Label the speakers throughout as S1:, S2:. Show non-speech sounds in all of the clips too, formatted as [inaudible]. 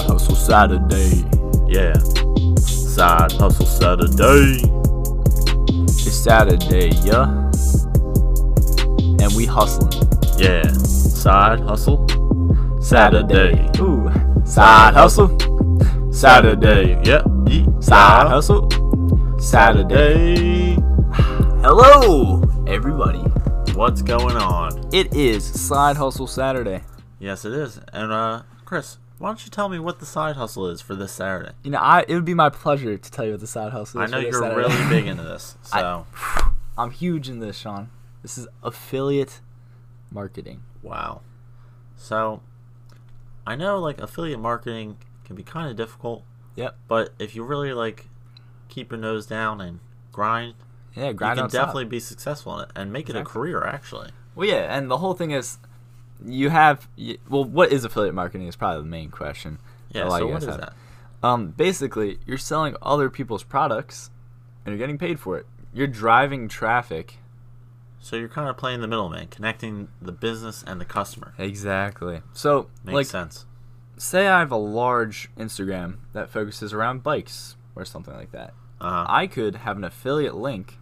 S1: Hustle oh, Saturday.
S2: Yeah. Side Hustle Saturday.
S1: It's Saturday, yeah. And we hustling.
S2: Yeah. Side Hustle Saturday.
S1: Ooh. Side hustle. Saturday.
S2: Yep. Ye-
S1: Side hustle. Saturday.
S2: Saturday.
S1: Hello, everybody.
S2: What's going on?
S1: It is Side Hustle Saturday.
S2: Yes, it is. And, uh, Chris, why don't you tell me what the side hustle is for this Saturday?
S1: You know, I it would be my pleasure to tell you what the side hustle
S2: I
S1: is.
S2: know
S1: for this
S2: you're
S1: Saturday. [laughs]
S2: really big into this.
S1: I-
S2: So,
S1: I'm huge in this, Sean. This is affiliate marketing.
S2: wow. So, I know, like, affiliate marketing can be kind of difficult,
S1: Yep.
S2: but if you really, like, keep your nose down and grind,
S1: Yeah, grind
S2: you can
S1: don't stop.
S2: definitely be successful in it and make it a
S1: Exactly.
S2: career, actually.
S1: Well, yeah, and the whole thing is, you have y well, what is affiliate marketing is probably the main question.
S2: Yeah,
S1: a lot
S2: so
S1: of you
S2: what
S1: guys
S2: is
S1: have.
S2: that?
S1: Um, basically, you're selling other people's products, and you're getting paid for it. You're driving traffic.
S2: So you're kind of playing the middleman, connecting the business and the customer.
S1: Exactly. So,
S2: Makes
S1: like,
S2: sense.
S1: say I have a large Instagram that focuses around bikes or something like that.
S2: Uh,
S1: I could have an affiliate link,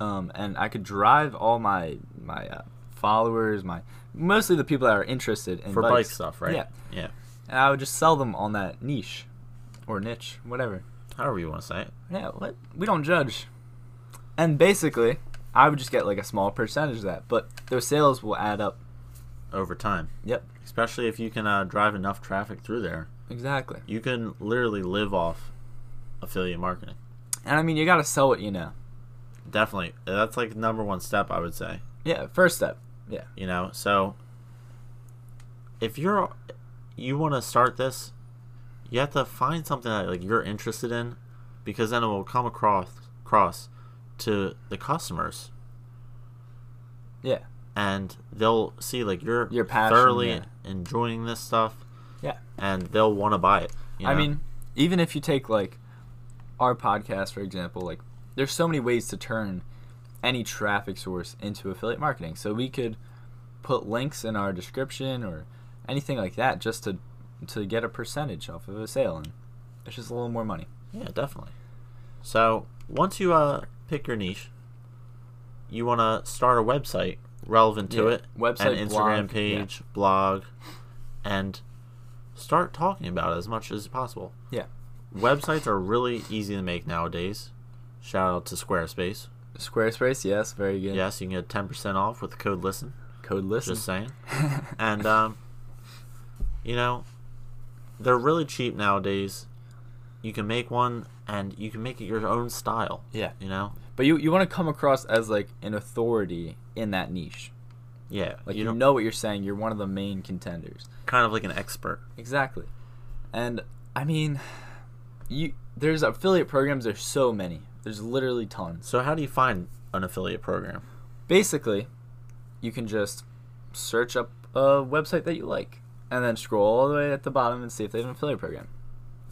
S1: um, and I could drive all my my uh, followers, my mostly the people that are interested in
S2: for bike
S1: bikes.
S2: stuff, right?
S1: Yeah,
S2: Yeah.
S1: and I would just sell them on that niche, or niche, whatever.
S2: However you want to say it.
S1: Yeah, what we don't judge. And basically, I would just get like a small percentage of that, but those sales will add up.
S2: Over time,
S1: Yep,
S2: especially if you can uh, drive enough traffic through there,
S1: exactly.
S2: you can literally live off affiliate marketing.
S1: And I mean, you gotta sell what you know.
S2: Definitely, that's like number one step I would say.
S1: Yeah, first step. Yeah,
S2: You know, so if you're you want to start this, you have to find something that like you're interested in, because then it will come across across to the customers
S1: yeah,
S2: and they'll see like you're
S1: Your passion,
S2: thoroughly
S1: yeah.
S2: enjoying this stuff
S1: yeah.
S2: and they'll want to buy it. you
S1: I
S2: know?
S1: mean, even if you take like our podcast for example, like there's so many ways to turn any traffic source into affiliate marketing. So we could put links in our description or anything like that just to to get a percentage off of a sale and it's just a little more money.
S2: yeah, definitely. So once you uh, pick your niche, you want to start a website relevant to
S1: Yeah,
S2: it,
S1: website,
S2: an Instagram
S1: blog, yeah.
S2: page, blog, and start talking about it as much as possible.
S1: Yeah.
S2: Websites are really easy to make nowadays. Shout out to Squarespace.
S1: Squarespace, yes, very good.
S2: Yes, you can get ten percent off with the code Listen.
S1: Code listen.
S2: Just saying.
S1: [laughs]
S2: and um, you know, they're really cheap nowadays. You can make one, and you can make it your own style.
S1: Yeah.
S2: You know,
S1: But you you want to come across as like an authority in that niche.
S2: yeah,
S1: Like
S2: you
S1: you,
S2: know,
S1: know what you're saying, you're one of the main contenders.
S2: kind of like an expert.
S1: Exactly. And I mean, you there's affiliate programs. There's so many. There's literally tons.
S2: So how do you find an affiliate program?
S1: Basically, you can just search up a website that you like, and then scroll all the way at the bottom and see if they have an affiliate program.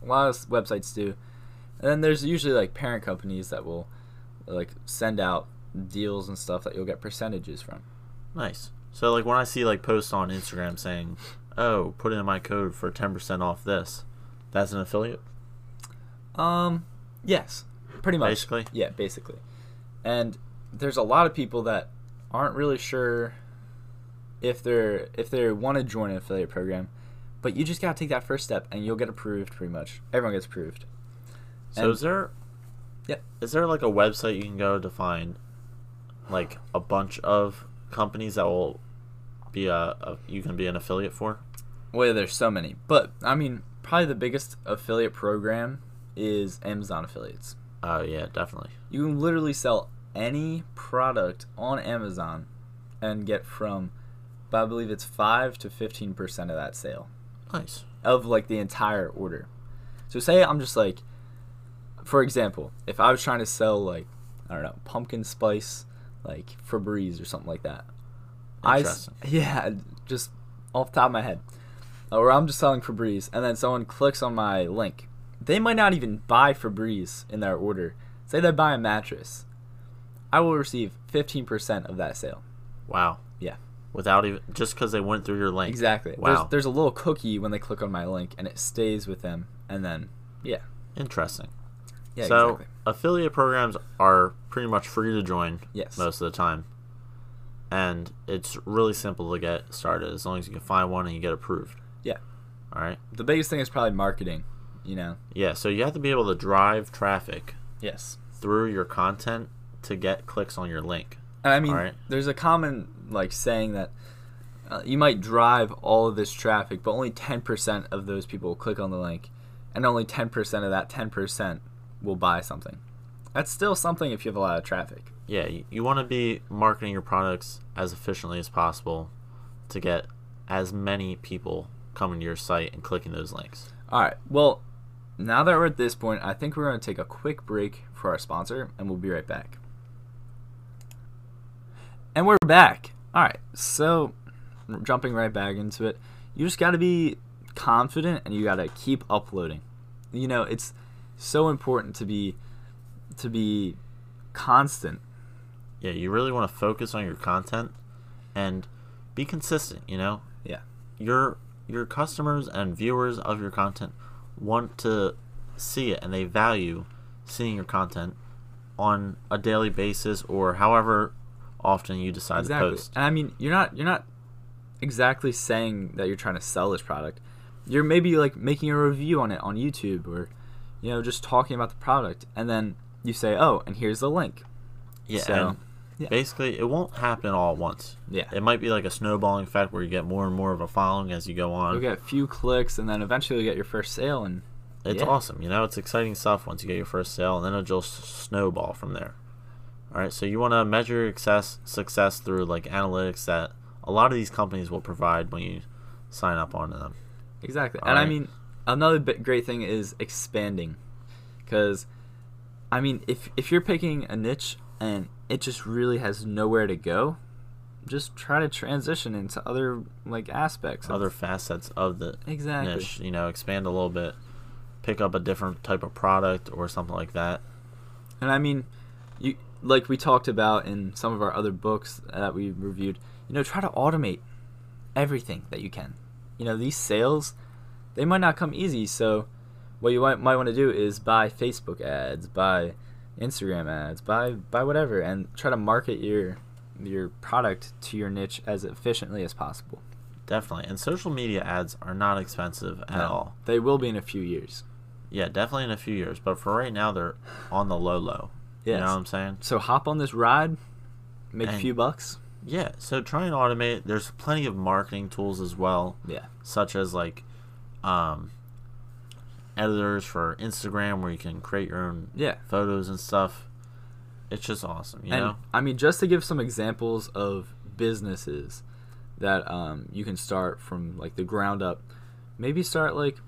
S1: A lot of s- websites do. And then there's usually like parent companies that will like send out deals and stuff that you'll get percentages from.
S2: Nice. So like when I see like posts on Instagram saying, "Oh, put in my code for ten percent off this," that's an affiliate.
S1: Um, yes, pretty much.
S2: Basically?
S1: yeah, basically. And there's a lot of people that aren't really sure if they're if they want to join an affiliate program, but you just gotta take that first step, and you'll get approved. Pretty much, everyone gets approved.
S2: So
S1: And-
S2: is there?
S1: Yep.
S2: Is there like a website you can go to find, like a bunch of companies that will be a, a you can be an affiliate for?
S1: Well, there's so many, but I mean, probably the biggest affiliate program is Amazon affiliates.
S2: Oh yeah, definitely.
S1: You can literally sell any product on Amazon and get from, I believe it's five to fifteen percent of that sale.
S2: Nice.
S1: of like the entire order. So say I'm just like, for example, if I was trying to sell like, I don't know, pumpkin spice, like Febreze or something like that. I s-
S2: Interesting.
S1: [laughs] yeah, just off the top of my head, or I'm just selling Febreze, and then someone clicks on my link. They might not even buy Febreze in their order. Say they buy a mattress, I will receive 15% of that sale.
S2: Wow.
S1: Yeah.
S2: without even just because they went through your link.
S1: Exactly.
S2: Wow.
S1: There's, there's a little cookie when they click on my link, and it stays with them. And then, yeah,
S2: Interesting.
S1: yeah,
S2: so
S1: exactly.
S2: affiliate programs are pretty much free to join
S1: Yes.
S2: most of the time, and it's really simple to get started as long as you can find one and you get approved.
S1: Yeah.
S2: All right.
S1: The biggest thing is probably marketing. You know.
S2: Yeah. So you have to be able to drive traffic
S1: Yes.
S2: through your content to get clicks on your link.
S1: And I mean,
S2: Alright.
S1: there's a common like saying that uh, you might drive all of this traffic, but only 10% of those people will click on the link, and only 10% of that 10% will buy something. That's still something if you have a lot of traffic.
S2: Yeah. You, you want to be marketing your products as efficiently as possible to get as many people coming to your site and clicking those links.
S1: All right. Well, now that we're at this point, I think we're going to take a quick break for our sponsor, and we'll be right back. And we're back. All right. So, jumping right back into it, you just got to be confident and you got to keep uploading. You know, it's so important to be to be constant.
S2: yeah you really want to focus on your content and be consistent you know
S1: Yeah.
S2: your your customers and viewers of your content want to see it and they value seeing your content on a daily basis or however often you decide
S1: exactly.
S2: to post
S1: And I mean, you're not you're not exactly saying that you're trying to sell this product. You're maybe like making a review on it on YouTube or you know just talking about the product and then you say, "Oh, and here's the link."
S2: yeah
S1: so,
S2: and
S1: yeah.
S2: basically it won't happen all at once
S1: Yeah.
S2: it might be like a snowballing effect where you get more and more of a following as you go on
S1: You'll get a few clicks and then eventually you'll get your first sale and
S2: It's
S1: Yeah.
S2: awesome. You know, it's exciting stuff once you get your first sale, and then it'll just snowball from there. All right, so you want to measure success success through like analytics that a lot of these companies will provide when you sign up onto them.
S1: Exactly.
S2: All
S1: and I
S2: right.
S1: mean, another bit great thing is expanding. Because, I mean, if, if you're picking a niche and it just really has nowhere to go, just try to transition into other like aspects. of-
S2: Other facets of the
S1: exactly.
S2: niche, you know, expand a little bit, pick up a different type of product or something like that.
S1: And I mean, you like we talked about in some of our other books that we reviewed. You know, try to automate everything that you can. You know, these sales, they might not come easy. So, what you might, might want to do is buy Facebook ads, buy Instagram ads, buy buy whatever, and try to market your your product to your niche as efficiently as possible.
S2: Definitely. And social media ads are not expensive at all.
S1: They will be in a few years.
S2: Yeah, definitely in a few years, but for right now they're on the low low. You
S1: Yes.
S2: know what I'm saying?
S1: So hop on this ride, make a
S2: And-
S1: few bucks.
S2: Yeah, so try and automate. it. There's plenty of marketing tools as well,
S1: Yeah.
S2: such as like um, editors for Instagram where you can create your own
S1: Yeah.
S2: photos and stuff. It's just awesome, you
S1: and
S2: know?
S1: I mean, just to give some examples of businesses that um, you can start from like the ground up, maybe start like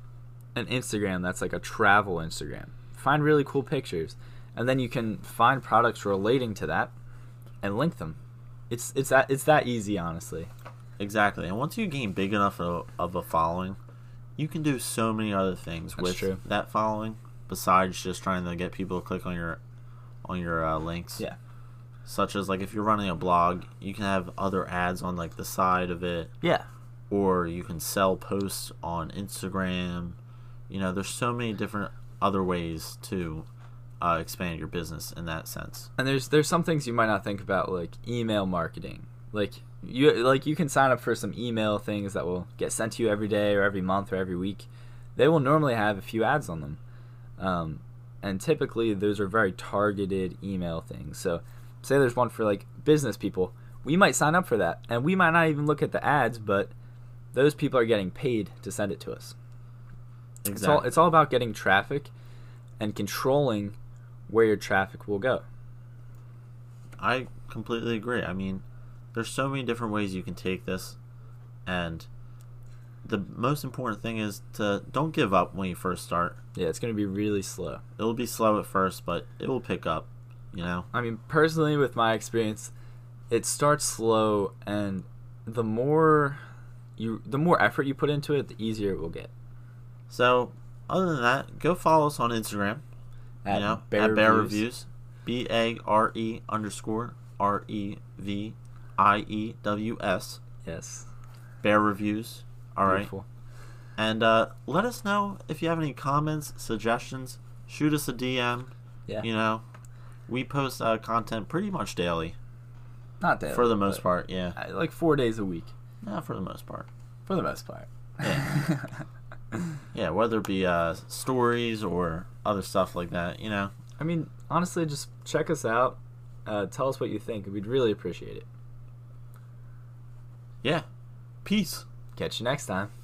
S1: an Instagram that's like a travel Instagram. Find really cool pictures, and then you can find products relating to that and link them. It's it's that it's that easy, honestly.
S2: Exactly. And once you gain big enough of, of a following, you can do so many other things with
S1: true.
S2: that following besides just trying to get people to click on your on your uh, links.
S1: Yeah.
S2: Such as like if you're running a blog, you can have other ads on like the side of it.
S1: Yeah.
S2: or you can sell posts on Instagram. You know, there's so many different other ways to uh, expand your business in that sense.
S1: and there's there's some things you might not think about like email marketing like you like you can sign up for some email things that will get sent to you every day or every month or every week they will normally have a few ads on them um, and typically those are very targeted email things so say there's one for like business people we might sign up for that and we might not even look at the ads but those people are getting paid to send it to us it's all it's all about getting traffic and controlling where your traffic will go
S2: I completely agree. I mean, there's so many different ways you can take this, and the most important thing is to don't give up when you first start.
S1: Yeah, it's going to be really slow.
S2: It'll be slow at first, but it will pick up. You know,
S1: I mean, personally, with my experience, it starts slow, and the more you, the more effort you put into it, the easier it will get.
S2: So, other than that, go follow us on Instagram.
S1: At
S2: you know,
S1: Bear
S2: at Bear
S1: Reviews.
S2: Reviews. B A R E underscore R E V I E W S.
S1: Yes.
S2: bear reviews. All right.
S1: Beautiful.
S2: And uh, let us know if you have any comments, suggestions. Shoot us a DM.
S1: Yeah.
S2: You know, we post uh, content pretty much daily,
S1: Not daily.
S2: for the most
S1: but,
S2: part. Yeah.
S1: uh, Like four days a week,
S2: Yeah, for the most part.
S1: for the most part.
S2: Yeah, whether it be uh, stories or other stuff like that, you know.
S1: [laughs] I mean, honestly, just check us out. Uh, tell us what you think. We'd really appreciate it.
S2: Yeah. Peace.
S1: Catch you next time.